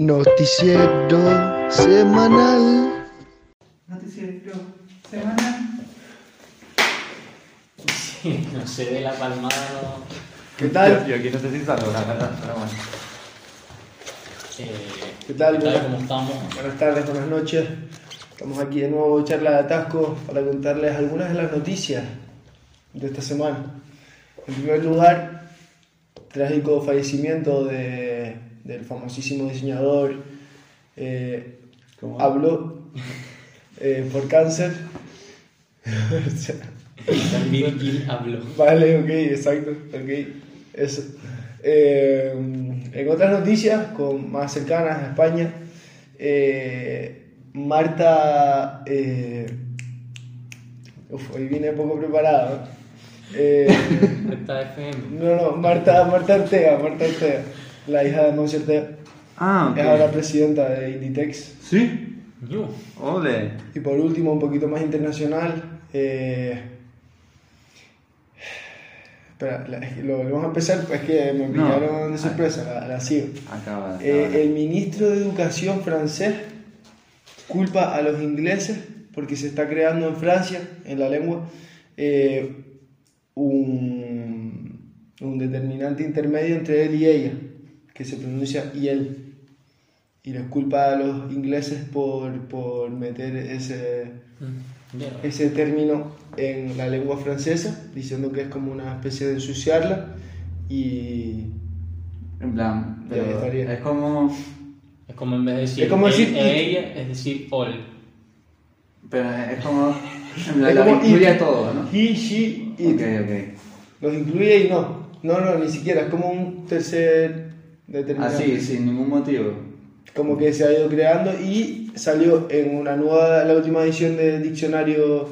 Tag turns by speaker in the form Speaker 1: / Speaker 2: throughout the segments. Speaker 1: Noticiero semanal.
Speaker 2: Noticiero semanal.
Speaker 3: Sí, no se ve la palmada, no.
Speaker 4: ¿Qué tal?
Speaker 5: Yo aquí no sé si salgo, la verdad, pero bueno.
Speaker 3: Eh,
Speaker 4: ¿Qué tal?
Speaker 3: ¿Cómo estamos?
Speaker 4: Buenas tardes, buenas noches. Estamos aquí de nuevo charla de atasco para contarles algunas de las noticias de esta semana. En primer lugar, trágico fallecimiento de- del famosísimo diseñador eh, habló eh, por cáncer. O sea,
Speaker 3: Virgil habló.
Speaker 4: Vale, ok, exacto, ok. Eso. Eh, en otras noticias, con más cercanas a España, eh, Marta. eh, uf, hoy vine poco preparado. ¿no? Eh,
Speaker 3: Esta FM.
Speaker 4: no, no, Marta, Marta Ortega, Marta Ortega, la hija de Monse Ortega,
Speaker 5: Ah,
Speaker 4: es ahora presidenta de Inditex.
Speaker 5: Sí.
Speaker 3: Ñu.
Speaker 5: Ole.
Speaker 4: Y por último, un poquito más internacional. eh, Espera, la- es que lo, lo vamos a empezar, pues es que me
Speaker 5: No.
Speaker 4: pillaron de sorpresa, la, la sigo.
Speaker 5: Acaba.
Speaker 4: Eh,
Speaker 5: acaba.
Speaker 4: el ministro de Educación francés culpa a los ingleses porque se está creando en Francia, en la lengua, eh, un, un determinante intermedio entre él y ella, que se pronuncia y él. Y les culpa a los ingleses por, por meter ese,
Speaker 3: Mm, mierda.
Speaker 4: ese término en la lengua francesa, diciendo que es como una especie de ensuciarla y
Speaker 5: En plan,
Speaker 4: Ya
Speaker 5: pero
Speaker 4: estaría.
Speaker 5: es como.
Speaker 3: Es como en vez de decir,
Speaker 4: Es como
Speaker 3: él
Speaker 4: decir-
Speaker 3: e ella, es decir all.
Speaker 5: Pero es como. En plan,
Speaker 4: Es
Speaker 5: lo
Speaker 4: como
Speaker 5: incluye
Speaker 4: it.
Speaker 5: a todo, ¿no?
Speaker 4: He, she, it.
Speaker 5: Ok, ok.
Speaker 4: Los incluye y no. No, no, ni siquiera. Es como un tercer determinante.
Speaker 5: Así, sin ningún motivo.
Speaker 4: Como que se ha ido creando y salió en una nueva, la última edición del diccionario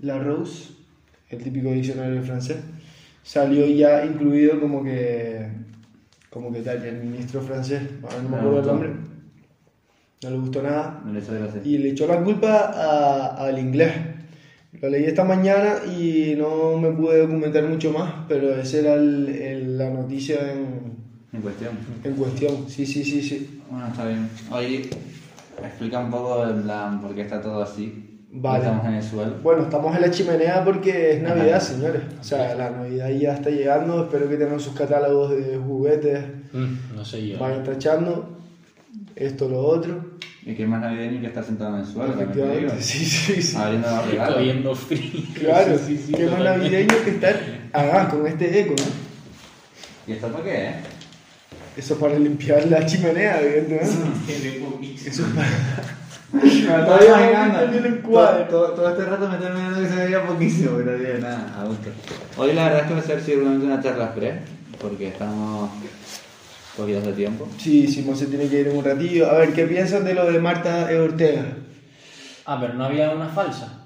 Speaker 4: La Rose, el típico diccionario francés. Salió ya incluido como que. Como que tal, y el ministro francés, ahora no me
Speaker 5: No,
Speaker 4: acuerdo el
Speaker 5: no.
Speaker 4: nombre, no le gustó nada
Speaker 5: No le hizo gracia.
Speaker 4: y le echó la culpa a- al inglés. Lo leí esta mañana y no me pude documentar mucho más, pero esa era el- el- la noticia en,
Speaker 5: En cuestión.
Speaker 4: en cuestión. Sí, sí, sí, sí.
Speaker 5: Bueno, está bien. Hoy explica un poco en plan por qué está todo así.
Speaker 4: Vale.
Speaker 5: Estamos en el suelo.
Speaker 4: Bueno, estamos en la chimenea porque es
Speaker 5: Ajá.
Speaker 4: Navidad, señores. O sea, la Navidad ya está llegando. Espero que tengan sus catálogos de juguetes.
Speaker 3: Mm, no sé yo.
Speaker 4: Vayan tachando esto, lo otro.
Speaker 5: Y que es más navideño que estar sentado en el suelo, también te digo.
Speaker 4: Efectivamente. Sí, sí, sí.
Speaker 5: Abriendo los
Speaker 3: Está
Speaker 5: regalos.
Speaker 3: viendo frío.
Speaker 4: Claro,
Speaker 3: Ah, Sí, sí, sí,
Speaker 4: qué más
Speaker 3: totalmente.
Speaker 4: navideño que estar ah, con este eco, ¿no?
Speaker 5: ¿Y esto para qué, eh?
Speaker 4: Eso es para limpiar la chimenea, evidentemente.
Speaker 5: Mm.
Speaker 3: Tiene poquito.
Speaker 5: Me
Speaker 4: Todavía
Speaker 5: lo estaba
Speaker 4: no
Speaker 5: imaginando.
Speaker 4: entendí el cuadro.
Speaker 5: Todo, todo- todo este rato me estoy imaginando que se veía poquísimo, pero bien, nada, a gusto. Hoy la verdad es que va a ser seguramente una charla express, porque estamos cogidos de tiempo.
Speaker 4: Sí, Simón se tiene que ir en un ratillo. A ver, ¿qué piensan de lo de Marta E. Ortega?
Speaker 3: Ah, pero no había una falsa.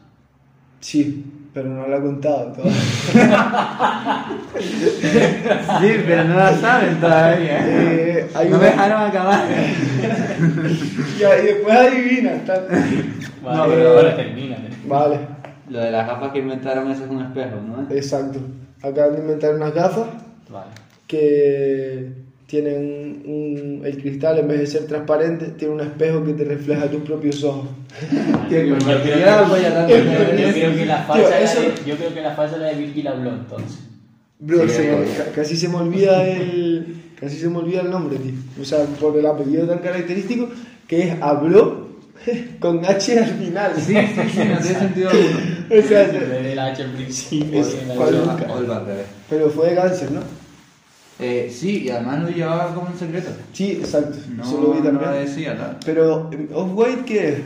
Speaker 4: Sí, pero no lo ha contado todavía.
Speaker 5: Sí, pero no la saben todavía.
Speaker 4: Eh, hay
Speaker 5: no
Speaker 4: una-
Speaker 5: me dejaron acabar.
Speaker 4: Ya, y después adivina. está-
Speaker 3: Vale,
Speaker 4: No,
Speaker 3: pero
Speaker 4: pero-
Speaker 3: ahora termina.
Speaker 4: Vale,
Speaker 5: Lo de las gafas que inventaron, eso es un espejo, ¿no?
Speaker 4: exacto. Acaban de inventar unas gafas
Speaker 3: Vale.
Speaker 4: que tienen un- el cristal, en vez de ser transparente, tiene un espejo que te refleja tus propios ojos.
Speaker 5: Tío, que me
Speaker 3: Yo creo
Speaker 5: martillaron,
Speaker 3: que-
Speaker 5: voy a dar-
Speaker 3: Yo creo que la falsa
Speaker 4: Tío,
Speaker 3: era
Speaker 4: eso-
Speaker 3: de- yo creo que la falsa era de Virgil habló entonces.
Speaker 4: Bro,
Speaker 5: Sí,
Speaker 4: se me-
Speaker 5: obvio.
Speaker 4: ca- casi se me olvida el. Casi se me olvida el nombre, tío. O sea, por el apellido tan característico que es Habló con H al final.
Speaker 5: Sí, sí, sí, no tiene sentido alguno.
Speaker 4: O sea, se-
Speaker 3: Desde el H al principio.
Speaker 4: Es-
Speaker 3: de la-
Speaker 4: ¿cuál-
Speaker 5: O el- O el al revés.
Speaker 4: pero fue de cáncer, ¿no?
Speaker 5: Eh, sí, y además lo llevaba como un secreto.
Speaker 4: Sí, exacto.
Speaker 5: No,
Speaker 4: Eso lo vi
Speaker 5: no
Speaker 4: también.
Speaker 5: lo decía, ¿no?
Speaker 4: Pero, eh, ¿Off-White qué es?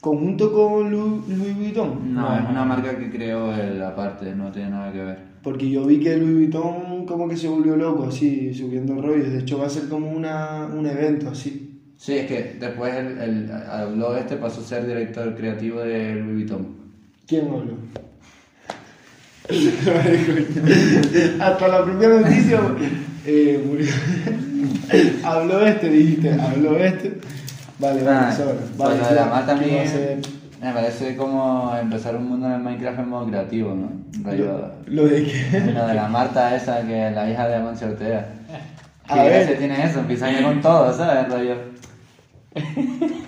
Speaker 4: ¿Conjunto con Lu- Louis Vuitton?
Speaker 5: No, es una marca que creó él aparte, no tiene nada que ver.
Speaker 4: Porque yo vi que Louis Vuitton como que se volvió loco, así, subiendo rollos. De hecho, va a ser como una, un evento, así.
Speaker 5: Sí, es que después el, el, habló este, pasó a ser director creativo de Louis Vuitton.
Speaker 4: ¿Quién habló? Hasta la primera noticia eh, murió. habló este, dijiste, habló este. Vale, vale,
Speaker 5: Ah,
Speaker 4: sobra.
Speaker 5: pues
Speaker 4: Vale, ya,
Speaker 5: además
Speaker 4: ¿qué va a eh.
Speaker 5: también
Speaker 4: hacer?
Speaker 5: me parece como empezar un mundo en el Minecraft en modo creativo, ¿no? Rayo,
Speaker 4: Lo, lo de que.
Speaker 5: lo de la Marta esa, que es la hija de Monse Ortega.
Speaker 4: A
Speaker 5: ¿Qué
Speaker 4: ver.
Speaker 5: gracia tiene eso? Empieza ya con todo, ¿sabes, Rayo?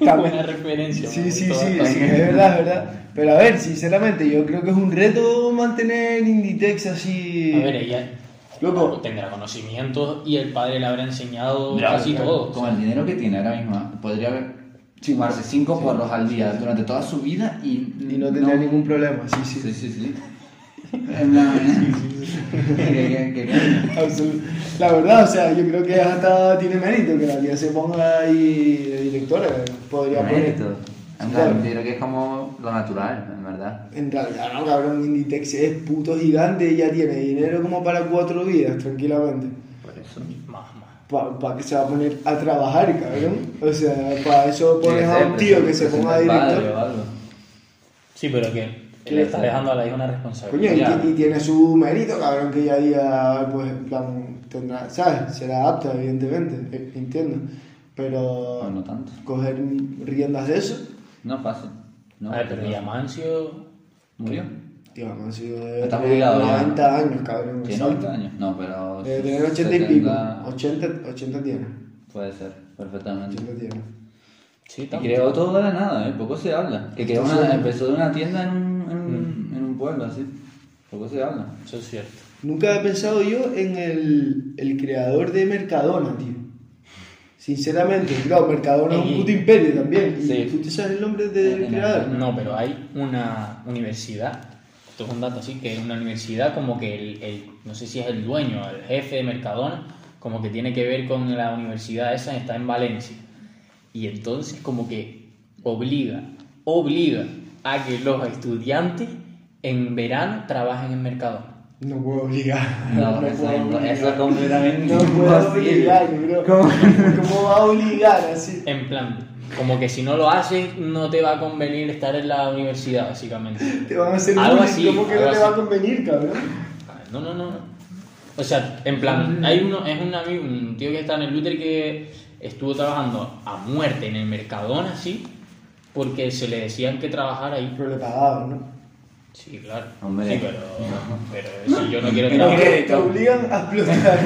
Speaker 4: También-
Speaker 3: Buena referencia. me
Speaker 4: Sí, sí, sí,
Speaker 3: gustó
Speaker 4: sí,
Speaker 3: bastante.
Speaker 4: es verdad, es verdad. Pero a ver, sinceramente, yo creo que es un reto mantener Inditex así.
Speaker 3: A ver, ella
Speaker 4: Loco.
Speaker 3: tendrá conocimientos y el padre le habrá enseñado
Speaker 5: Mira,
Speaker 3: casi
Speaker 5: con-
Speaker 3: todo.
Speaker 5: Con el dinero que tiene ahora mismo, podría haber fumarse cinco porros al día durante toda su vida y,
Speaker 4: Y no tendría ningún problema, sí, sí.
Speaker 5: Sí, sí, sí. En plan, ¿eh? Que- que- que-
Speaker 4: Absolu- La verdad, o sea, yo creo que hasta tiene mérito que la tía se ponga ahí de directora. Podría poner.
Speaker 5: Mérito. En
Speaker 4: Claro.
Speaker 5: plan, creo que es como lo natural, en verdad.
Speaker 4: En realidad, no, cabrón, Inditex es puto gigante, ella tiene dinero como para cuatro vidas, tranquilamente.
Speaker 5: Por eso.
Speaker 3: Más, más.
Speaker 4: ¿Para que se va a poner a trabajar, cabrón? O sea, para eso pones a un tío que se ponga
Speaker 5: director.
Speaker 4: director.
Speaker 5: o algo.
Speaker 3: Sí, pero que
Speaker 4: ¿Qué
Speaker 3: le
Speaker 4: le
Speaker 3: está
Speaker 4: está?
Speaker 3: dejando a la hija una
Speaker 4: Coño,
Speaker 3: responsabilidad.
Speaker 4: y,
Speaker 5: Ya.
Speaker 4: y tiene su mérito, cabrón, que ella diga, pues, en plan, tendrá, ¿sabes? Será apta, evidentemente, eh, entiendo. Pero
Speaker 5: No, no tanto.
Speaker 4: coger riendas de eso,
Speaker 5: No es fácil. No,
Speaker 3: a ver, pero Diamancio.
Speaker 5: ¿Murió?
Speaker 4: tío, han sido de
Speaker 5: Está jubilado ya,
Speaker 4: 90 años, cabrón.
Speaker 5: Tiene
Speaker 4: exacto.
Speaker 5: 90 años. No, pero.
Speaker 4: Debe tener 80 y
Speaker 5: 70,
Speaker 4: pico. 80, 80 tiene.
Speaker 5: Puede ser, perfectamente.
Speaker 4: 80 tiene.
Speaker 3: Sí,
Speaker 5: Y
Speaker 3: tanto.
Speaker 5: creó todo de la nada, ¿eh? poco se habla. Que creó una-
Speaker 4: Sí. Mm.
Speaker 5: empezó de una tienda en un, en, un- en un pueblo así. Poco se habla.
Speaker 3: Eso es cierto.
Speaker 4: Nunca he pensado yo en el, el creador de Mercadona, tío. Sinceramente, claro, Mercadona es un
Speaker 3: Ey.
Speaker 4: puto imperio también. y
Speaker 5: Sí.
Speaker 4: ¿Tú te sabes el nombre del
Speaker 5: Eh,
Speaker 4: creador?
Speaker 3: No, pero hay una universidad, esto es un dato así, que una universidad como que el, el- no sé si es el dueño, el jefe de Mercadona, como que tiene que ver con la universidad esa, está en Valencia. Y entonces como que obliga, obliga a que los estudiantes en verano trabajen en Mercadona.
Speaker 4: No puedo obligar.
Speaker 5: No,
Speaker 4: puedo
Speaker 5: eso, es-
Speaker 4: obligar.
Speaker 5: eso es completamente
Speaker 4: No puedo
Speaker 5: imposible.
Speaker 4: obligar, bro.
Speaker 5: ¿Cómo?
Speaker 4: ¿Cómo? va a obligar así?
Speaker 3: En plan, como que si no lo haces, no te va a convenir estar en la universidad, básicamente.
Speaker 4: Te van a hacer
Speaker 3: Algo
Speaker 4: bullying,
Speaker 3: así,
Speaker 4: ¿Cómo que
Speaker 3: algo
Speaker 4: no te
Speaker 3: así.
Speaker 4: va a convenir, cabrón?
Speaker 3: No, no, no. no. O sea, en plan, hay uno, es un amigo, un tío que está en el Luther que estuvo trabajando a muerte en el Mercadona, sí, porque se le decían que trabajara ahí.
Speaker 4: Pero le pagaban, ¿no?
Speaker 3: Sí, claro.
Speaker 5: Hombre.
Speaker 3: Sí, pero, pero si yo no quiero
Speaker 5: Pero
Speaker 3: trabajar.
Speaker 5: ¿qué?
Speaker 4: Te obligan a explotar.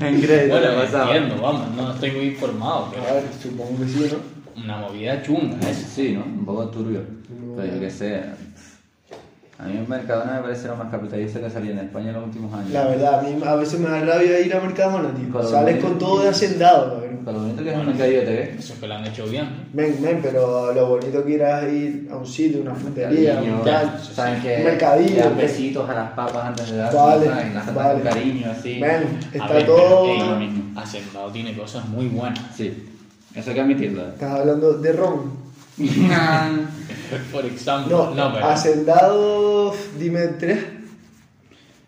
Speaker 5: En crédito,
Speaker 3: Bueno,
Speaker 5: lo
Speaker 3: lo
Speaker 5: pasaba.
Speaker 3: entiendo, vamos, no estoy muy informado,
Speaker 4: a
Speaker 3: pero
Speaker 4: ver, supongo que sí, ¿no?
Speaker 3: una movida chunga ¿eh? esa.
Speaker 5: Sí, ¿no? Un poco turbio.
Speaker 4: No.
Speaker 5: Pero yo qué sé. A mí en Mercadona me parece lo más capitalista que salía en España en los últimos años.
Speaker 4: La verdad, a mí a veces me da rabia ir a Mercadona, tío.
Speaker 5: Claro,
Speaker 4: Sales
Speaker 5: sí.
Speaker 4: con todo de hacendado, cabrón.
Speaker 5: Pero lo bonito que es una calle de TV.
Speaker 3: Eso que lo han hecho bien.
Speaker 4: Men, men, pero lo bonito que era es ir a un sitio, una frutería, un tal.
Speaker 5: ¿Saben que
Speaker 4: Un mercadillo,
Speaker 5: Le dan
Speaker 4: pues.
Speaker 5: besitos a las papas antes de dar.
Speaker 4: Vale,
Speaker 5: ¿saben? Las tratan
Speaker 4: vale.
Speaker 5: con cariño, así.
Speaker 4: Men,
Speaker 3: A
Speaker 4: está
Speaker 3: ver, pero,
Speaker 4: todo.
Speaker 3: ey, Hacendado tiene cosas muy buenas.
Speaker 5: Sí, eso hay que admitirlo.
Speaker 4: Estás hablando de ron.
Speaker 3: Por ejemplo,
Speaker 4: No,
Speaker 3: no, pero
Speaker 4: hacendado, dime tres.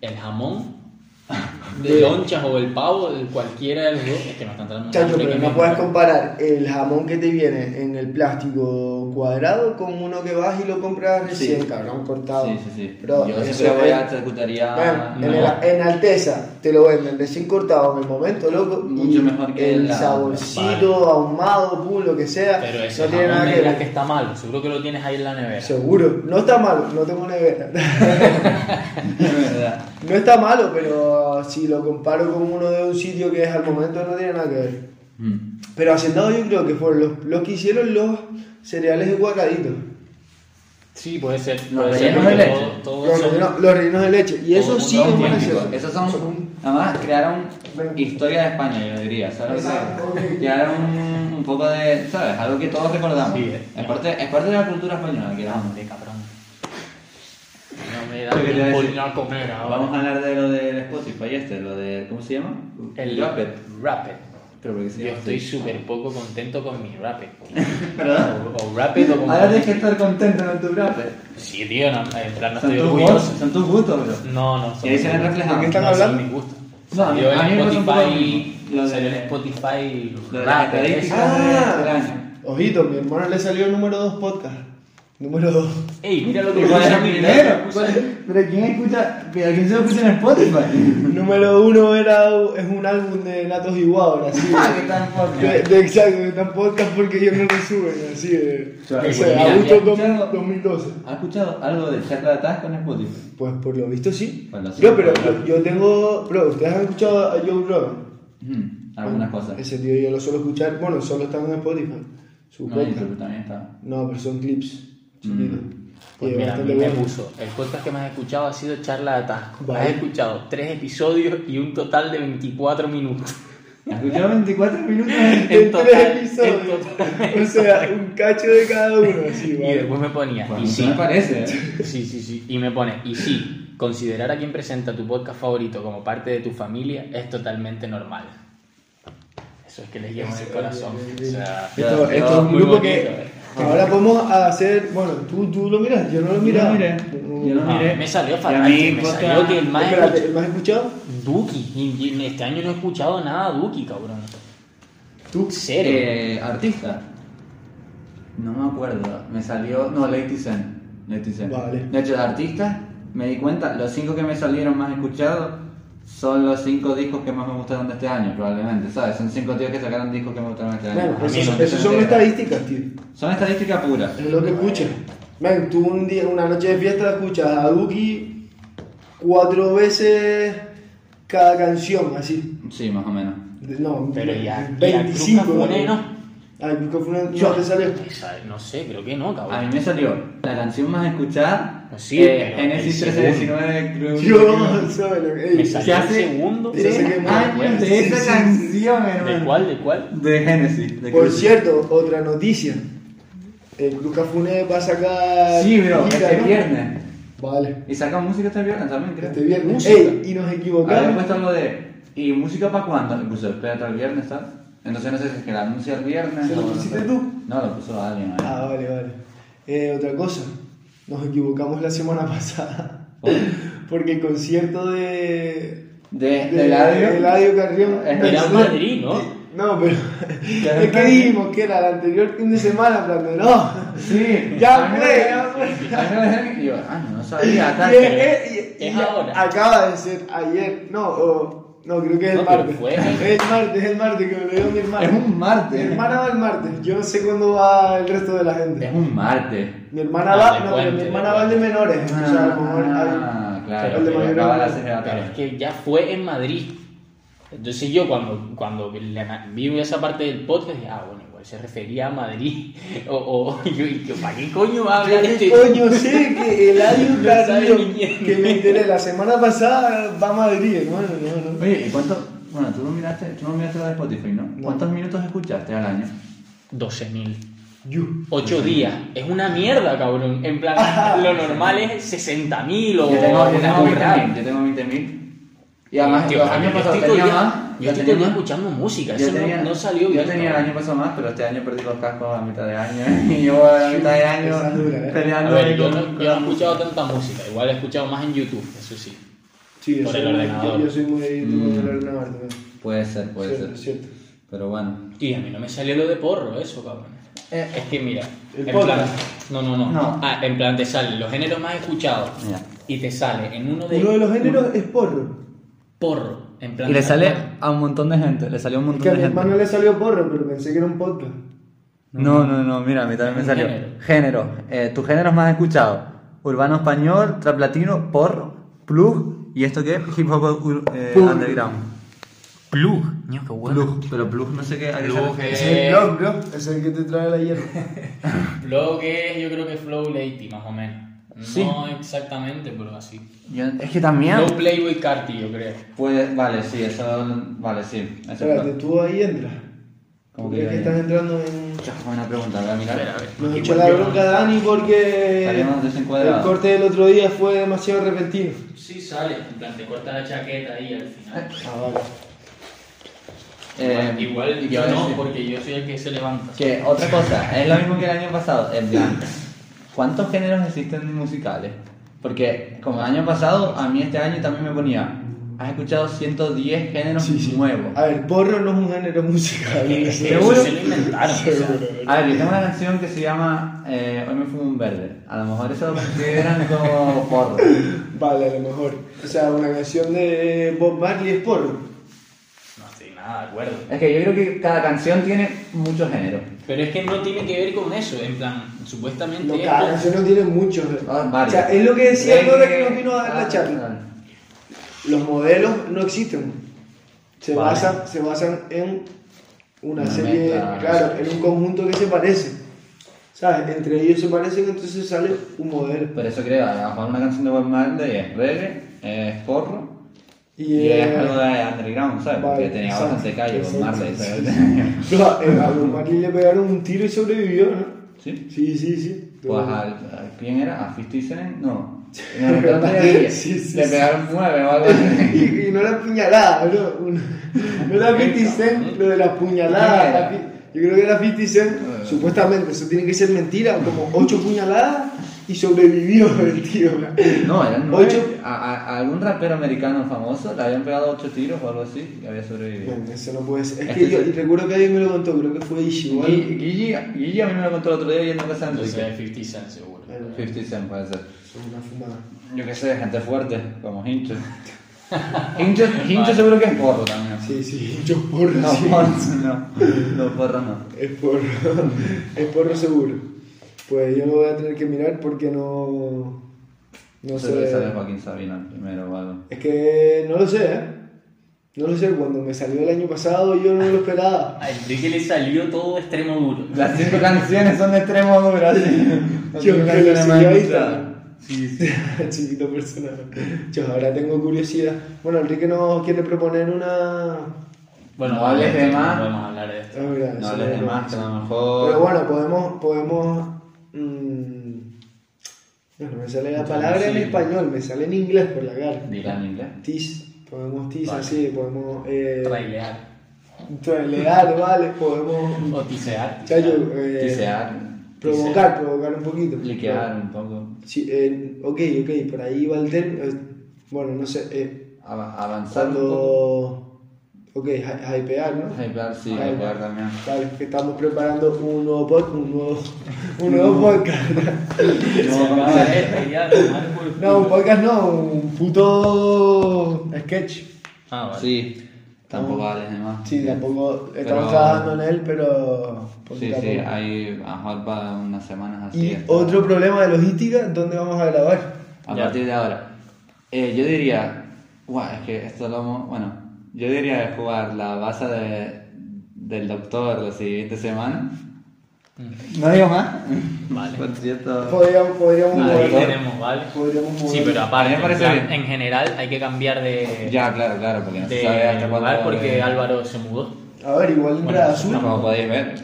Speaker 3: el jamón de lonchas o el pavo, el cualquiera de los dos, es que nos están dando un
Speaker 4: Chacho,
Speaker 3: hambre
Speaker 4: pero
Speaker 3: que
Speaker 4: no
Speaker 3: me-
Speaker 4: puedes comparar el jamón que te viene en el plástico cuadrado con uno que vas y lo compras recién,
Speaker 5: Sí.
Speaker 4: cabrón, cortado.
Speaker 5: Sí, sí, sí.
Speaker 4: Bro,
Speaker 5: Yo
Speaker 4: eso
Speaker 5: siempre voy
Speaker 4: es-
Speaker 5: a charcutería.
Speaker 4: Man, en,
Speaker 3: no.
Speaker 4: el- en Alteza te lo venden recién cortado en el momento, loco. y
Speaker 5: Mucho mejor que
Speaker 4: el
Speaker 5: la-
Speaker 4: saborcito, ahumado, pum, lo que sea.
Speaker 3: Pero ese
Speaker 4: no tiene
Speaker 3: jamón
Speaker 4: nada
Speaker 3: me
Speaker 4: que
Speaker 3: dirás que
Speaker 4: ver.
Speaker 3: está malo, seguro que lo tienes ahí en la nevera.
Speaker 4: Seguro, no está malo, no tengo nevera.
Speaker 5: Es verdad.
Speaker 4: no está malo, pero si lo comparo con uno de un sitio que es al momento, no tiene nada que ver.
Speaker 5: Mm.
Speaker 4: Pero Hacendado yo creo que fueron los, los que hicieron los cereales de guacadito.
Speaker 3: Sí, puede ser.
Speaker 5: Lo
Speaker 3: puede ser,
Speaker 5: rellenos de
Speaker 3: porque
Speaker 5: leche.
Speaker 3: todo- todo
Speaker 4: Los
Speaker 3: eso-
Speaker 4: rellenos, los rellenos de leche. Y eso
Speaker 3: Todo
Speaker 4: sí
Speaker 3: un
Speaker 4: es
Speaker 5: Son
Speaker 4: buena
Speaker 5: típicos.
Speaker 4: idea.
Speaker 5: Esos son, Nada más crearon historia de España, yo diría. ¿Sabes?
Speaker 4: Exacto.
Speaker 5: Crearon un, un poco de. ¿Sabes? Algo que todos recordamos.
Speaker 3: Sí, eh.
Speaker 5: es, parte, es parte de la cultura española, que vamos.
Speaker 3: Hombre, cabrón. No me da
Speaker 5: Lo que te iba a
Speaker 3: tiempo
Speaker 5: decir.
Speaker 3: ni a comer ahora.
Speaker 5: Vamos a hablar de lo del Spotify este, lo de. ¿Cómo se llama?
Speaker 3: El
Speaker 5: Rapid.
Speaker 3: Rapid.
Speaker 5: Creo que se
Speaker 3: Yo
Speaker 5: llama
Speaker 3: estoy
Speaker 5: así.
Speaker 3: súper poco contento con mi Rapid.
Speaker 5: Perdón.
Speaker 3: O, o Rapid o con.
Speaker 5: Ahora tienes que estar contento con tu Rapid.
Speaker 3: Sí, tío, no, en plan, no
Speaker 5: Son
Speaker 3: estoy
Speaker 5: tus
Speaker 3: orgulloso.
Speaker 5: gustos, son tus gustos, bro.
Speaker 3: No, no.
Speaker 5: Y ahí se ven
Speaker 4: ¿De qué
Speaker 5: reflejados.
Speaker 4: están
Speaker 3: no,
Speaker 4: hablando?
Speaker 3: Son mis gustos.
Speaker 5: No, a mí-
Speaker 3: Salió
Speaker 5: a mí
Speaker 3: en
Speaker 5: me pasa un poco
Speaker 3: Spotify.
Speaker 5: lo de-
Speaker 3: Salió en Spotify.
Speaker 5: Lo de las
Speaker 3: Rapid,
Speaker 5: estadísticas
Speaker 3: eso.
Speaker 5: del año.
Speaker 4: Ah. Ojito, mi hermano le salió el número 2 podcast. Número 2.
Speaker 3: Ey, mira Pues, lo que
Speaker 5: ¿Y cuál es el
Speaker 3: mi
Speaker 5: primero? ¿Pero quién escucha? ¿Pero quién se lo escucha en Spotify?
Speaker 4: Número 1 era, es un álbum de Natos y Guau, así.
Speaker 5: Ah, que
Speaker 4: De,
Speaker 5: tan fuerte.
Speaker 4: de exacto, de tan podcast porque ellos no lo suben, así de.
Speaker 5: Claro.
Speaker 4: no sé,
Speaker 5: Mira,
Speaker 4: agosto
Speaker 5: ya-
Speaker 4: dos-
Speaker 5: ya-
Speaker 4: 2012.
Speaker 5: ¿Has escuchado algo de charla de atrás con Spotify?
Speaker 4: Pues por lo visto sí.
Speaker 5: Bueno, sí.
Speaker 4: Bro, pero yo, yo tengo. Bro, ¿ustedes han escuchado a Joe Rogan?
Speaker 5: Hmm, algunas cosas.
Speaker 4: Ese tío yo lo suelo escuchar. Bueno, solo están en Spotify. su
Speaker 5: No,
Speaker 4: podcast.
Speaker 5: YouTube también está.
Speaker 4: No, pero son clips chiquitos.
Speaker 3: Pues
Speaker 4: Y
Speaker 3: mira, a
Speaker 4: bastante
Speaker 3: mí me
Speaker 4: bueno.
Speaker 3: puso. El podcast que más he escuchado ha sido Charla de Atasco.
Speaker 4: Vale.
Speaker 3: Has escuchado tres episodios y un total de 24 minutos.
Speaker 5: Escuchaba 24 minutos. de-
Speaker 4: De
Speaker 3: En total,
Speaker 4: tres episodios.
Speaker 3: en total.
Speaker 4: O sea, un cacho de cada uno. así,
Speaker 3: Y
Speaker 4: vale.
Speaker 3: después me ponía.
Speaker 5: Bueno,
Speaker 3: y
Speaker 5: sí.
Speaker 3: sí,
Speaker 5: me parece, ¿eh?
Speaker 3: sí, sí, sí. Y me pone. Y sí, considerar a quien presenta tu podcast favorito como parte de tu familia es totalmente normal. Eso es que les llevo en el corazón. O sea,
Speaker 4: Esto, esto
Speaker 5: Ya, no,
Speaker 4: es un
Speaker 3: muy
Speaker 4: grupo
Speaker 3: bonito,
Speaker 4: que
Speaker 3: eh.
Speaker 4: que ahora podemos hacer. Bueno, tú, tú lo miras, yo no lo miraba.
Speaker 5: Yo no miré. Yo no
Speaker 3: Ah,
Speaker 5: miré.
Speaker 3: me salió
Speaker 5: Y a
Speaker 3: fatal,
Speaker 5: mí,
Speaker 3: que me
Speaker 5: podcast-
Speaker 3: salió que el más
Speaker 4: Espérate, ¿el más escuchado?
Speaker 3: Duki. Y- y Este año no he escuchado nada de Duki, cabrón.
Speaker 4: Tú.
Speaker 3: Cero.
Speaker 5: Eh, artista. No me acuerdo. Me salió. No, Lady Zen. Lady Zen.
Speaker 4: Vale.
Speaker 5: De hecho, de artista, me di cuenta, los cinco que me salieron más escuchados son los cinco discos que más me gustaron de este año, probablemente, ¿sabes? Son cinco tíos que sacaron discos que me gustaron este año.
Speaker 4: Man,
Speaker 3: a mí
Speaker 4: eso,
Speaker 3: no
Speaker 5: me
Speaker 4: eso son
Speaker 5: entera.
Speaker 4: estadísticas, tío.
Speaker 5: Son estadísticas puras.
Speaker 4: Es lo que escuchas. Man, tú un día, una noche de fiesta escuchas a Duki cuatro veces cada canción, así.
Speaker 5: Sí, más o menos.
Speaker 4: De- No,
Speaker 3: Pero ya, ¿y a
Speaker 4: 25.
Speaker 3: Cruz Cafune,
Speaker 4: ¿no?
Speaker 3: no?
Speaker 4: Al Cruz Cafune no
Speaker 3: Yo-
Speaker 4: te sale.
Speaker 3: Esa- No sé, creo que no,
Speaker 5: A
Speaker 3: cabrón.
Speaker 5: mí me salió la canción más escuchada
Speaker 3: Pues sí,
Speaker 5: eh,
Speaker 3: pero
Speaker 5: Genesis
Speaker 3: el
Speaker 5: 1319 de Cruz.
Speaker 4: Yo, ¿sabes lo que-
Speaker 3: Me
Speaker 4: ey,
Speaker 3: sale.
Speaker 5: que
Speaker 3: el
Speaker 5: hace
Speaker 3: segundo.
Speaker 5: tres
Speaker 4: Eso sé que es muy
Speaker 5: años
Speaker 3: bueno.
Speaker 5: pues, de esa
Speaker 4: Sí, sí, sí.
Speaker 5: canción, hermano.
Speaker 3: ¿De cuál? ¿De cuál?
Speaker 5: De Genesis. de
Speaker 4: Por
Speaker 5: Cruz.
Speaker 4: cierto, otra noticia. El Cruz Cafune va a sacar.
Speaker 5: Sí, bro,
Speaker 4: gira,
Speaker 5: este
Speaker 4: ¿no?
Speaker 5: viernes.
Speaker 4: Vale.
Speaker 5: Y sacan música este viernes también, creo.
Speaker 4: Este viernes.
Speaker 5: Música.
Speaker 4: Ey, y nos
Speaker 5: Había
Speaker 4: equivocamos.
Speaker 5: puesto lo de. ¿Y música para cuándo? Incluso espera hasta el viernes, ¿sabes? Entonces no sé si es que la anuncia el viernes.
Speaker 4: ¿Se lo
Speaker 5: o no
Speaker 4: pusiste
Speaker 5: sé.
Speaker 4: tú?
Speaker 5: No, lo puso alguien. ¿eh?
Speaker 4: Ah, vale, vale. Eh, otra cosa, nos equivocamos la semana pasada.
Speaker 5: ¿Por?
Speaker 4: Porque el concierto de.
Speaker 5: De, de Eladio.
Speaker 4: Eladio Carrión.
Speaker 5: Era
Speaker 4: es-
Speaker 3: un Madrid, ¿no?
Speaker 4: No, pero.
Speaker 5: Era
Speaker 4: es
Speaker 5: un
Speaker 4: que
Speaker 5: Madrid.
Speaker 4: dijimos que era el anterior fin de semana, hablando, no.
Speaker 5: Sí.
Speaker 4: Ya pues.
Speaker 5: Ángel
Speaker 4: fue,
Speaker 5: de-
Speaker 4: ya fue.
Speaker 5: Ángel de Henry. Y yo, ah, no, no sabía. tal,
Speaker 4: Y es-
Speaker 5: pero-
Speaker 4: es- y-
Speaker 3: es
Speaker 4: y
Speaker 3: ahora.
Speaker 4: Acaba de ser ayer. No, o- no, creo que es el
Speaker 3: No, pero
Speaker 4: martes.
Speaker 3: fue-
Speaker 4: Es el martes, es el martes, que me lo dio mi hermano.
Speaker 5: Es un martes.
Speaker 4: Mi hermana va el martes. Yo no sé cuándo va el resto de la gente.
Speaker 5: Es un martes.
Speaker 4: Mi hermana
Speaker 3: Ah,
Speaker 4: va,
Speaker 3: de
Speaker 4: no,
Speaker 3: puente,
Speaker 4: pero mi
Speaker 3: de
Speaker 4: hermana va al de
Speaker 3: puente. Ah,
Speaker 4: menores. o sea, a lo mejor hay-
Speaker 5: Ah, claro.
Speaker 3: Pero-
Speaker 5: que
Speaker 4: pero-
Speaker 5: acaba a las seis de la
Speaker 3: Pero es
Speaker 5: tarde.
Speaker 3: que ya fue en Madrid. Entonces yo cuando, cuando le- vi esa parte del podcast dije, ah, bueno, igual se refería a Madrid. O, o yo, y yo, ¿para qué coño va a hablar este?
Speaker 4: Ah, Coño, sé que el año
Speaker 3: No
Speaker 4: Carrillo
Speaker 3: sabe ni quién.
Speaker 4: que me enteré la semana pasada va a Madrid, hermano. No, no.
Speaker 5: Oye, ¿y cuánto? Bueno, tú no miraste, tú no miraste la de Spotify, ¿no? ¿Cuántos minutos escuchaste al año?
Speaker 3: 12.000.
Speaker 4: Yu.
Speaker 3: 8 días. Es una mierda, cabrón. En plan, lo normal es 60.000 o
Speaker 5: Yo tengo, yo
Speaker 3: una
Speaker 5: tengo
Speaker 3: burrada.
Speaker 5: 20.000, yo tengo 20.000. Y además,
Speaker 3: Tío,
Speaker 5: los
Speaker 3: yo
Speaker 5: años
Speaker 3: estoy
Speaker 5: pasados
Speaker 3: todo el
Speaker 5: tenía
Speaker 3: día-
Speaker 5: más.
Speaker 3: Yo estoy todo el día escuchando música.
Speaker 5: yo
Speaker 3: Eso no-
Speaker 5: tenía-
Speaker 3: no, salió
Speaker 5: Yo
Speaker 3: bien.
Speaker 5: tenía el
Speaker 3: cabrón.
Speaker 5: año pasado más, pero este año perdí los cascos a mitad de año. Y yo a mitad de año
Speaker 4: Esa es dura, ¿eh?
Speaker 3: A
Speaker 5: peleando ahí
Speaker 3: ver, yo
Speaker 5: con-
Speaker 3: no,
Speaker 5: con
Speaker 3: yo
Speaker 5: la
Speaker 3: no he
Speaker 5: música.
Speaker 3: escuchado tanta música, igual he escuchado más en YouTube, eso sí.
Speaker 4: Sí, yo
Speaker 3: Por
Speaker 4: soy
Speaker 3: el
Speaker 4: muy-
Speaker 3: ordenador. Mm.
Speaker 4: Yo, yo soy muy adicto con el ordenador también.
Speaker 5: Puede ser, puede
Speaker 4: Cierto,
Speaker 5: ser.
Speaker 4: cierto.
Speaker 5: Pero bueno.
Speaker 3: Tío, a mí no me salió lo de porro, eso, cabrón.
Speaker 5: Eh,
Speaker 3: Es que mira,
Speaker 4: El
Speaker 3: en
Speaker 4: porro.
Speaker 3: plan, no, no, no,
Speaker 5: No.
Speaker 3: Ah, en plan te salen los géneros más escuchados
Speaker 5: Mira.
Speaker 3: y te sale en uno de
Speaker 4: Uno de los géneros es porro.
Speaker 3: porro, en plan
Speaker 5: Y le
Speaker 3: tal
Speaker 5: sale
Speaker 3: cual.
Speaker 5: a un montón de gente, le salió a un
Speaker 4: Es que a
Speaker 5: montón
Speaker 4: mi
Speaker 5: de gente.
Speaker 4: hermano le salió porro, pero pensé que era un podcast.
Speaker 5: No, no, no, mira, a mí también me
Speaker 3: Un
Speaker 5: salió.
Speaker 3: género.
Speaker 5: Género. Eh, Tus géneros más escuchados. Urbano español, trap latino, porro, plug y esto que es hip hop ur- eh,
Speaker 4: Plug.
Speaker 5: underground.
Speaker 3: plug, niño, qué bueno.
Speaker 5: Plug, pero plug no sé qué. a qué se
Speaker 3: Plug,
Speaker 5: refiere.
Speaker 4: Es
Speaker 3: Eh.
Speaker 4: el blog, bro. Es el que te trae la hierba.
Speaker 3: Plug es, yo creo que Flow Lady, más o menos.
Speaker 5: Sí.
Speaker 3: No exactamente, pero así.
Speaker 5: Yo- es que también.
Speaker 3: Flow Playboy Carti, yo creo.
Speaker 5: Puede, vale, sí, eso. Vale, sí. Eso
Speaker 4: Espérate, tú ahí entras.
Speaker 5: ¿Cómo
Speaker 4: Porque
Speaker 5: que
Speaker 4: aquí
Speaker 5: ahí?
Speaker 4: estás entrando en.
Speaker 5: buena pregunta, voy a mirar.
Speaker 3: Espera, a ver.
Speaker 4: Nos
Speaker 3: Igual
Speaker 4: echó la
Speaker 3: yo no-
Speaker 4: bronca Dani porque
Speaker 5: Estaríamos desencuadrados.
Speaker 4: el corte del otro día fue demasiado repentino.
Speaker 3: Sí sale, en plan te corta la chaqueta ahí al final.
Speaker 4: Ah, vale.
Speaker 5: Eh,
Speaker 3: Igual
Speaker 5: iba
Speaker 3: yo
Speaker 5: a
Speaker 3: no,
Speaker 5: decir
Speaker 3: porque yo soy el que se levanta.
Speaker 5: Que otra cosa, es lo mismo que el año pasado, en plan, ¿cuántos géneros existen musicales? Porque como el año pasado, a mí este año también me ponía, has escuchado 110 géneros nuevos.
Speaker 4: A ver, porro no es un género musical.
Speaker 3: Eso
Speaker 4: ¿sí?
Speaker 5: seguro.
Speaker 3: se lo inventaron. o sea.
Speaker 5: A ver, yo tengo una canción que se llama eh, Hoy me fumo un verde. A lo mejor eso lo consideran como porro.
Speaker 4: Vale, a lo mejor. O sea, una canción de Bob Marley es porro.
Speaker 3: No estoy nada de acuerdo.
Speaker 5: Es que yo creo que cada canción tiene muchos géneros.
Speaker 3: Pero es que no tiene que ver con eso, en plan, supuestamente
Speaker 4: No,
Speaker 3: es
Speaker 4: cada
Speaker 3: pop.
Speaker 4: canción no tiene muchos.
Speaker 5: Ah,
Speaker 4: O
Speaker 5: varios.
Speaker 4: sea, es lo que decía el
Speaker 5: Reggae,
Speaker 4: Dora que nos vino a dar la
Speaker 5: ah,
Speaker 4: charla. Los modelos no existen. Se,
Speaker 3: Vale.
Speaker 4: basan, se basan en una,
Speaker 5: Una
Speaker 4: serie,
Speaker 5: mezcla,
Speaker 4: claro, en un conjunto que se parece. ¿Sabes? Entre ellos se parecen, entonces sale un modelo.
Speaker 5: Por eso creo, a lo mejor una canción de Bob Marley es reggae, es porro
Speaker 4: Y,
Speaker 5: y, es
Speaker 4: eh,
Speaker 5: algo de underground, ¿sabes? Porque
Speaker 4: vale,
Speaker 5: tenía
Speaker 4: exacto,
Speaker 5: bastante calle Bob
Speaker 4: exacto,
Speaker 5: Marley,
Speaker 4: sí,
Speaker 5: ¿sabes?
Speaker 4: no, eh, a Bob Marley le pegaron un tiro y sobrevivió, ¿no?
Speaker 5: ¿Sí?
Speaker 4: Sí, sí, sí.
Speaker 5: Pues al, al- ¿quién era? ¿A 50 Cent? No. No, no, no,
Speaker 4: Sí, sí,
Speaker 5: Le
Speaker 4: sí.
Speaker 5: pegaron nueve o algo así.
Speaker 4: Y, y no la puñalada, bro. Una- No la 50 Cent, lo de la puñalada. la pi- yo creo que la 50 Cent,
Speaker 5: Eh.
Speaker 4: supuestamente, eso tiene que ser mentira, como ocho puñaladas y sobrevivió el tío.
Speaker 5: No, eran nueve.
Speaker 4: Ocho.
Speaker 5: A, a- a algún rapero americano famoso le habían pegado ocho tiros o algo así y había sobrevivido.
Speaker 4: Bueno, eso no puede ser. Es que yo y recuerdo que alguien me lo contó, creo que fue Ishii.
Speaker 5: Gui- Guille, Guille a mí me lo contó el otro día yendo a casa de
Speaker 3: Entonces
Speaker 5: Enrique.
Speaker 3: es 50 Cent seguro.
Speaker 4: Bueno,
Speaker 5: 50 Cent puede ser.
Speaker 4: son una fumada.
Speaker 5: Yo qué sé, gente fuerte, como Hincho. Hincho, Hincho seguro que es porro también.
Speaker 4: Sí, sí, yo porro.
Speaker 5: No,
Speaker 4: sí.
Speaker 5: porro no. No, porro no.
Speaker 4: Es porro, es porro seguro. Pues yo lo voy a tener que mirar porque no. No
Speaker 5: No
Speaker 4: sé.
Speaker 5: sé lo que sale Joaquín Sabina primero o algo.
Speaker 4: Es que no lo sé, ¿eh? No lo sé, cuando me salió el año pasado yo no lo esperaba.
Speaker 3: A Enrique le salió todo extremo duro.
Speaker 5: Las cinco canciones son de extremo duro, así. Las
Speaker 4: Yo
Speaker 5: cinco
Speaker 4: que lo
Speaker 5: canciones más
Speaker 4: sigo ahí
Speaker 5: escuchadas.
Speaker 4: está. Chiquito personal. Yo ahora tengo curiosidad. Bueno, Enrique nos quiere proponer una.
Speaker 3: Bueno,
Speaker 5: No hables de más.
Speaker 3: No podemos hablar de esto.
Speaker 4: Ah, mira,
Speaker 5: No
Speaker 4: eso
Speaker 5: hables de
Speaker 4: lo-
Speaker 5: más, que a lo
Speaker 4: Pero
Speaker 5: mejor.
Speaker 4: bueno, podemos. podemos mm, No, no me sale la palabra en
Speaker 3: Sí.
Speaker 4: español, me sale en inglés por la cara.
Speaker 5: Dila en inglés.
Speaker 4: Tis, podemos tis
Speaker 3: Vale.
Speaker 4: así, podemos. Eh,
Speaker 3: Trailear.
Speaker 4: trailear, vale, podemos.
Speaker 3: O tisear.
Speaker 4: Chayo, eh,
Speaker 5: Tisear.
Speaker 4: provocar, provocar un poquito.
Speaker 5: Liquear un poco.
Speaker 4: Sí, eh, ok, ok, por ahí va el término. eh, bueno, no sé. Eh,
Speaker 5: Ava- Avanzar un poco.
Speaker 4: cuando. Ok, hy- hypear, ¿no?
Speaker 5: Hypear, sí,
Speaker 4: Hypear.
Speaker 5: hypear también.
Speaker 4: Vale, que estamos preparando un nuevo podcast. Un nuevo, un nuevo podcast.
Speaker 3: Se acaba de trailear, tomar por
Speaker 4: No, un
Speaker 3: culo.
Speaker 4: podcast no, un puto sketch.
Speaker 3: Ah, vale.
Speaker 5: Sí, tampoco hables de más.
Speaker 4: Sí, tampoco
Speaker 5: Pero-
Speaker 4: estamos trabajando en él, pero.
Speaker 5: Sí,
Speaker 4: poquito a
Speaker 5: sí,
Speaker 4: poco.
Speaker 5: hay a mejor para unas semanas así.
Speaker 4: Y
Speaker 5: está.
Speaker 4: otro problema de logística, ¿dónde vamos a grabar?
Speaker 5: A
Speaker 3: Ya.
Speaker 5: partir de ahora. Eh, yo diría, guau, es que esto lo hemos- Bueno, yo diría jugar la base de, del doctor la siguiente semana. No digo más.
Speaker 3: Vale.
Speaker 5: Por cierto.
Speaker 4: Podríamos, podríamos
Speaker 5: Ahí
Speaker 3: Ahí
Speaker 4: moverlo.
Speaker 3: tenemos, ¿vale?
Speaker 4: Podríamos
Speaker 3: Sí,
Speaker 4: moverlo.
Speaker 3: pero
Speaker 5: A mí
Speaker 3: aparte,
Speaker 5: me
Speaker 3: en,
Speaker 5: parece
Speaker 3: plan,
Speaker 5: bien.
Speaker 3: en general hay que cambiar de,
Speaker 5: Ya, claro, claro, porque no se sabe
Speaker 3: de
Speaker 5: hasta cuándo.
Speaker 3: lugar porque
Speaker 5: eh,
Speaker 3: Álvaro se mudó.
Speaker 4: A ver, igual en
Speaker 3: Bueno,
Speaker 4: Rada Azul.
Speaker 5: No, como podéis ver,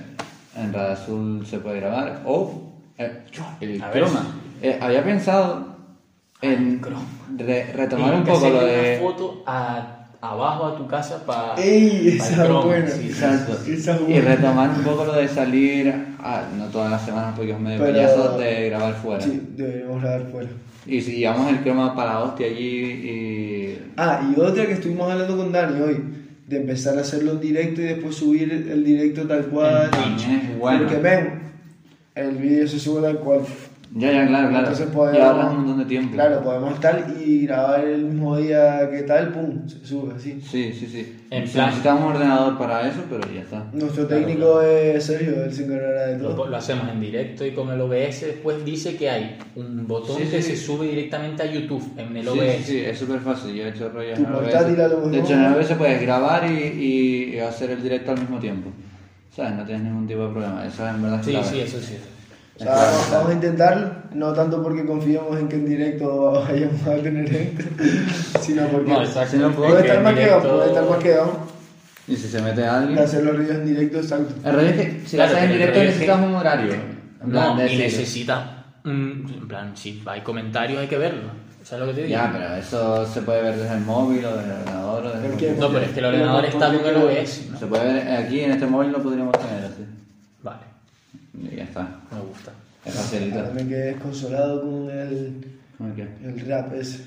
Speaker 5: en Radazul se puede grabar. O eh, el
Speaker 3: A ver.
Speaker 5: croma. Eh, había pensado en re- retomar
Speaker 3: Tengo
Speaker 5: un
Speaker 3: que
Speaker 5: poco lo
Speaker 3: hacerle
Speaker 5: de.
Speaker 3: una foto a- abajo a tu casa para.
Speaker 4: ¡Ey! Esa es buena.
Speaker 5: Exacto.
Speaker 4: Esa es
Speaker 5: Y
Speaker 4: buena.
Speaker 5: retomar un poco lo de salir, a- no todas las semanas porque es medio
Speaker 4: Pero-
Speaker 5: payaso, de grabar fuera.
Speaker 4: Sí, deberíamos grabar fuera.
Speaker 5: Y si llevamos el croma para la hostia allí y...
Speaker 4: Ah, y otra que estuvimos hablando con Dani hoy, de empezar a hacerlo en directo y después subir el directo tal cual.
Speaker 5: También es bueno.
Speaker 4: Porque ven, el vídeo se sube tal cual.
Speaker 5: Ya, ya, claro, claro.
Speaker 4: Entonces podemos.
Speaker 5: Ya hablas un montón de tiempo.
Speaker 4: Claro, podemos estar y grabar el mismo día que tal, pum, se sube así.
Speaker 5: Sí, sí, sí.
Speaker 3: En
Speaker 5: Sí,
Speaker 3: plan-
Speaker 5: Necesitamos un ordenador para eso, pero ya está.
Speaker 4: Nuestro
Speaker 3: Claro,
Speaker 4: técnico es Sergio, él se encargará de
Speaker 3: Lo,
Speaker 4: todo.
Speaker 3: lo hacemos en directo y con el OBS después dice que hay un botón
Speaker 5: Sí, sí,
Speaker 3: que
Speaker 5: sí.
Speaker 3: se sube directamente a YouTube en el
Speaker 5: Sí,
Speaker 3: OBS.
Speaker 5: sí, sí, es súper fácil. Yo he hecho rollos
Speaker 4: Tu
Speaker 5: en OBS.
Speaker 4: portátil a lo mejor.
Speaker 5: De hecho, en OBS puedes grabar y, y- y hacer el directo al mismo tiempo. ¿Sabes? No tienes ningún tipo de problema. Eso en verdad es
Speaker 3: Sí,
Speaker 5: clave.
Speaker 3: sí, eso sí.
Speaker 4: O sea, vamos, vamos a intentarlo, no tanto porque confiamos en que en directo vayamos a tener gente, sino porque
Speaker 3: No, exacto.
Speaker 5: Si no puedo
Speaker 4: puede
Speaker 3: Es que
Speaker 4: estar
Speaker 3: en
Speaker 4: más quedado,
Speaker 3: directo-
Speaker 4: puede estar más quedado
Speaker 5: Y si se mete
Speaker 4: de
Speaker 5: alguien...
Speaker 4: hacer los ríos en directo, exacto.
Speaker 5: El rollo es que si
Speaker 3: Claro,
Speaker 5: lo haces
Speaker 3: pero el
Speaker 5: en directo
Speaker 3: rollo es
Speaker 5: necesitas
Speaker 3: que-
Speaker 5: un horario. En plan,
Speaker 3: No, y
Speaker 5: decir-
Speaker 3: necesita. un- En plan, si hay comentarios hay que verlo. ¿Sabes lo que te digo?
Speaker 5: Ya, pero eso se puede ver desde el móvil o desde el ordenador o desde
Speaker 4: ¿Por
Speaker 5: cualquier-
Speaker 4: qué?
Speaker 3: No, pero es que el ordenador está con el OBS.
Speaker 5: Se puede ver aquí en este móvil lo podríamos tener así.
Speaker 3: Vale,
Speaker 5: Y ya está.
Speaker 3: me gusta.
Speaker 5: Es facilito.
Speaker 4: Ahora me quedé desconsolado con el,
Speaker 5: ¿Cómo que?
Speaker 4: el rap ese.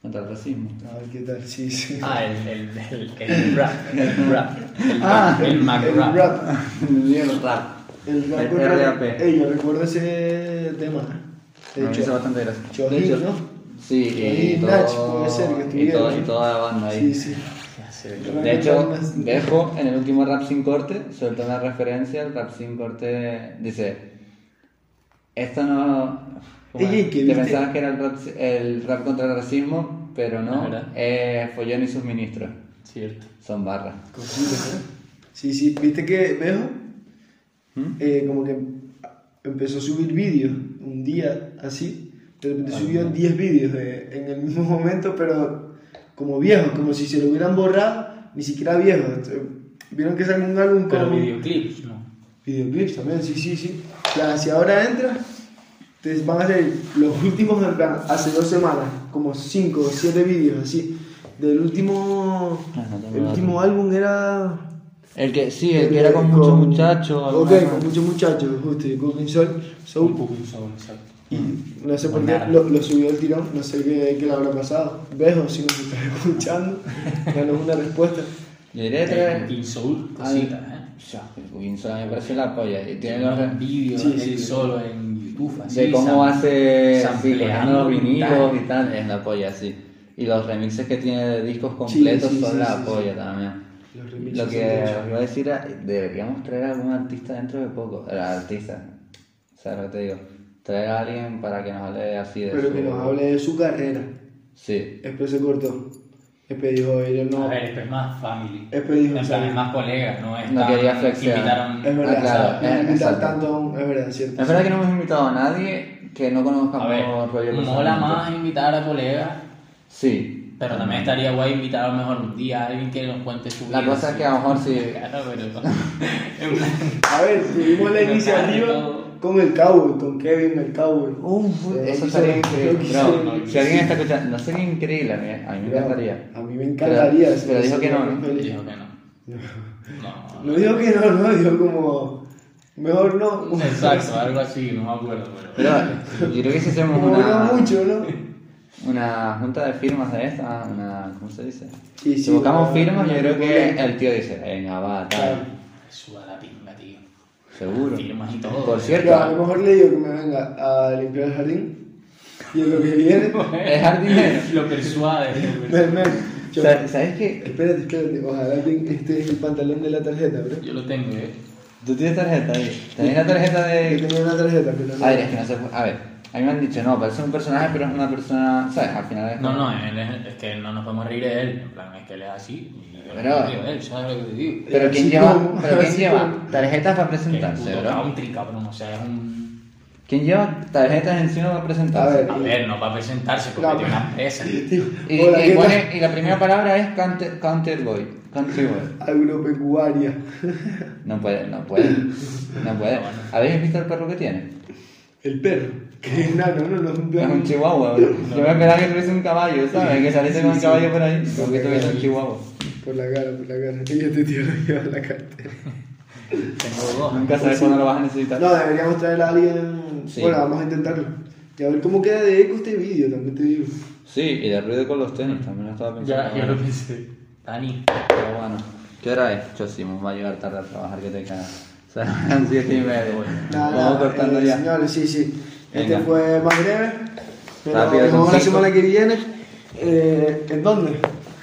Speaker 5: Contra el racismo.
Speaker 4: A ver qué tal, sí, sí.
Speaker 3: Ah, el, el, el, el rap. El rap. El,
Speaker 5: Ah,
Speaker 3: el Mac
Speaker 4: el
Speaker 3: rap.
Speaker 4: rap.
Speaker 5: Bien rap.
Speaker 4: El rap.
Speaker 5: El
Speaker 4: con rap.
Speaker 5: RAP.
Speaker 4: Ey, yo recuerdo ese tema. ¿eh?
Speaker 5: Me
Speaker 4: De
Speaker 5: hizo
Speaker 4: hecho,
Speaker 5: bastante gracia.
Speaker 4: Chojin,
Speaker 5: De hecho,
Speaker 4: ¿no?
Speaker 5: Sí, y,
Speaker 4: Chojin,
Speaker 5: todo,
Speaker 4: Nach, puede ser que
Speaker 5: y,
Speaker 4: estuviera,
Speaker 5: todo,
Speaker 4: ¿no?
Speaker 5: y toda la banda ahí.
Speaker 4: sí, sí.
Speaker 3: Ya sé.
Speaker 5: De hecho, dejo en el último rap sin corte, suelto una referencia, el rap sin corte dice, esto no...
Speaker 4: Ey,
Speaker 5: ¿cómo es?
Speaker 4: ey, que
Speaker 5: Te
Speaker 4: viste-
Speaker 5: pensabas que era el rap, el rap contra el racismo, pero
Speaker 3: Ah,
Speaker 5: no,
Speaker 3: ¿verdad?
Speaker 5: eh, Follón y sus ministros,
Speaker 3: Cierto.
Speaker 5: son barras.
Speaker 4: Cositas, ¿eh? Sí, sí, viste que Bejo
Speaker 5: ¿Mm?
Speaker 4: eh, como que empezó a subir vídeos un día así. De repente
Speaker 5: Ah,
Speaker 4: subió 10 vídeos de- en el mismo momento, pero como viejos, como si se lo hubieran borrado, ni siquiera viejos. Eh, Vieron que sacó un álbum
Speaker 3: Pero
Speaker 4: con
Speaker 3: videoclips, ¿no?
Speaker 4: videoclips también, sí, sí, sí. O sea, si ahora entras, te van a hacer los últimos, en plan, hace dos semanas, como 5 o 7 vídeos así. Del último.
Speaker 5: Ah, no tengo
Speaker 4: El
Speaker 5: datos.
Speaker 4: último álbum era.
Speaker 5: El que, sí, el que era con muchos muchachos.
Speaker 4: Eh, Ok,
Speaker 5: alguna-
Speaker 4: con muchos muchachos, justo, y Cooking Soul.
Speaker 3: Un
Speaker 4: Soul.
Speaker 3: poco un solo, exacto.
Speaker 4: Y no sé por
Speaker 3: Con
Speaker 4: qué
Speaker 3: nada.
Speaker 4: lo, lo subió el tirón, no sé qué, qué le habrá pasado. Bejo, si nos estás escuchando, danos una respuesta.
Speaker 5: Yo diría que
Speaker 3: El
Speaker 5: tres.
Speaker 3: King Eh, Soul, cositas, ¿eh?
Speaker 5: O sea, el Cooking Soul a mí me parece la polla. Y tiene los
Speaker 3: vídeos
Speaker 4: Sí,
Speaker 3: ¿eh?
Speaker 4: sí.
Speaker 3: él solo en YouTube, así.
Speaker 5: de cómo
Speaker 3: sam-
Speaker 5: hace sí,
Speaker 3: sampleando
Speaker 5: poniendo los
Speaker 3: y
Speaker 5: vinilos
Speaker 3: tal.
Speaker 5: y tal, es la polla, sí. Y los remixes que tiene de discos completos
Speaker 4: sí,
Speaker 5: son
Speaker 4: sí,
Speaker 5: la
Speaker 4: sí, sí.
Speaker 5: polla también.
Speaker 4: Los remixes
Speaker 5: Lo
Speaker 4: son de
Speaker 5: que
Speaker 4: ellos.
Speaker 5: os iba a decir era, deberíamos traer a algún artista dentro de poco. Eh, artista, ¿sabes lo que te digo? Traer a alguien para que nos hable así de
Speaker 4: Pero
Speaker 5: su-
Speaker 4: que nos hable de su carrera.
Speaker 5: Sí.
Speaker 4: Después se cortó. Después dijo, él
Speaker 3: A
Speaker 4: no.
Speaker 3: ver, esto es más family.
Speaker 4: Es pedido,
Speaker 3: En plan,
Speaker 4: ¿sabes?
Speaker 3: es más colegas, no es
Speaker 5: No
Speaker 3: tan-
Speaker 5: quería flexear.
Speaker 3: invitaron-
Speaker 4: Es verdad,
Speaker 5: Ah, claro,
Speaker 4: ¿sabes?
Speaker 5: eh,
Speaker 4: No invitar
Speaker 5: exacto.
Speaker 4: tanto a un- Es verdad, cierto.
Speaker 5: Es verdad que no hemos invitado a nadie que no conozcamos
Speaker 3: A ver,
Speaker 5: rollo
Speaker 3: mola
Speaker 5: personalmente.
Speaker 3: más invitar a colegas,
Speaker 5: Sí.
Speaker 3: pero también estaría guay invitar a lo mejor un día a alguien que nos cuente su vida.
Speaker 5: La cosa es
Speaker 3: sí.
Speaker 5: que a lo mejor sí.
Speaker 3: Claro, pero- en plan,
Speaker 4: A ver, tuvimos la
Speaker 3: Pero
Speaker 4: iniciativa
Speaker 3: claro.
Speaker 4: con el Cowboy, con Kevin el Cowboy.
Speaker 5: Uf,
Speaker 4: Eh,
Speaker 5: Oh, eso
Speaker 4: sí,
Speaker 5: sería
Speaker 4: sí, creo que
Speaker 5: increíble.
Speaker 4: sí.
Speaker 5: Bro, si alguien está escuchando, no sería increíble a mí, a mí me
Speaker 4: Claro,
Speaker 5: encantaría.
Speaker 4: A mí me encantaría.
Speaker 5: Pero-
Speaker 4: sí,
Speaker 5: pero dijo
Speaker 4: sí,
Speaker 5: que no,
Speaker 4: muy
Speaker 5: ¿no?
Speaker 4: feliz.
Speaker 3: dijo que no. No,
Speaker 4: No dijo que no, no, dijo como. Mejor no.
Speaker 3: Exacto, algo así, no me acuerdo.
Speaker 5: Pero yo creo que si hacemos
Speaker 4: Como
Speaker 5: una,
Speaker 4: no mucho, ¿no?
Speaker 5: una junta de firmas de esta, una, ¿cómo se dice?
Speaker 4: Sí, sí,
Speaker 5: si buscamos
Speaker 4: una-
Speaker 5: firmas,
Speaker 4: una
Speaker 5: yo creo que
Speaker 4: propuesta.
Speaker 5: el tío dice, venga, va,
Speaker 4: Claro.
Speaker 5: tal,
Speaker 3: Suda la pinga, tío.
Speaker 5: seguro.
Speaker 3: Firmas y todo.
Speaker 5: Por
Speaker 4: Pero a lo
Speaker 5: cierto,
Speaker 4: mejor le digo que me venga a limpiar el jardín y es lo que viene.
Speaker 5: es jardinero.
Speaker 3: Lo persuade. lo persuade.
Speaker 4: Ven, ven. Yo-
Speaker 5: Sa- ¿Sabes qué?
Speaker 4: Espérate, espérate. Ojalá te- este es el pantalón de la tarjeta, bro.
Speaker 3: Yo lo tengo, eh.
Speaker 5: ¿Tú tienes tarjeta ahí? ¿Tenés la tarjeta de
Speaker 4: Yo tenía una tarjeta, pero no.
Speaker 5: A ver, es que no se puede. A ver, a mí me han dicho, no, parece un personaje, pero es una persona. ¿Sabes? Al final es.
Speaker 3: No, no, él es, es que no nos podemos reír de él. En plan, es que él es así. Y yo
Speaker 5: Pero-
Speaker 3: me río de él, ¿sabes lo que te digo?
Speaker 5: Pero ¿quién
Speaker 4: Así
Speaker 5: lleva,
Speaker 4: como-
Speaker 5: pero ¿quién
Speaker 4: así
Speaker 5: lleva
Speaker 4: como-
Speaker 5: tarjetas para
Speaker 3: Que es un
Speaker 5: presentarse,
Speaker 3: puto
Speaker 5: bro?
Speaker 3: country, cabrón. O sea, es un.
Speaker 5: ¿Quién lleva tarjetas encima para presentarse?
Speaker 4: A ver.
Speaker 3: A ver, no va a presentarse porque
Speaker 4: No.
Speaker 3: tiene una empresa.
Speaker 4: Tío,
Speaker 5: Y,
Speaker 4: hola,
Speaker 5: y
Speaker 4: ¿qué tal?
Speaker 5: pone- y la primera palabra es counter, counter boy. Country boy.
Speaker 4: Agropecuaria.
Speaker 5: No puede, no puede. No puede. ¿Habéis visto el perro que tiene?
Speaker 4: El perro. Que es enano, no, no es un
Speaker 5: Es
Speaker 4: perro.
Speaker 5: un chihuahua, bro. Yo me esperaba que tuviese un caballo, ¿sabes? Que saliese con un caballo por ahí. Como que tuviese un chihuahua.
Speaker 4: Por la cara, por la cara. Ella te tío lo lleva en la cartera.
Speaker 3: Tengo dos.
Speaker 5: Nunca sabes cuándo lo vas a necesitar.
Speaker 4: No, deberíamos traer a alguien.
Speaker 5: Sí.
Speaker 4: Bueno, vamos a intentarlo. Y a ver cómo queda de eco este vídeo, también te digo.
Speaker 5: Sí, y de ruido con los tenis también lo estaba pensando.
Speaker 3: Ya, yo lo pensé. Dani.
Speaker 5: Pero bueno, ¿qué hora es? Chosimos, va a llegar tarde a trabajar, que te cagas. O sea, eran siete y media.
Speaker 4: Nada,
Speaker 5: Vamos
Speaker 4: nada,
Speaker 5: cortando
Speaker 4: eh,
Speaker 5: ya.
Speaker 4: Señores, sí, sí. Este
Speaker 5: Venga.
Speaker 4: fue más breve. Pero
Speaker 5: Rápido,
Speaker 4: nos vemos la
Speaker 5: conciso.
Speaker 4: semana que viene. Eh, ¿En dónde?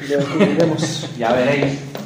Speaker 4: Lo descubriremos.
Speaker 5: Ya veréis.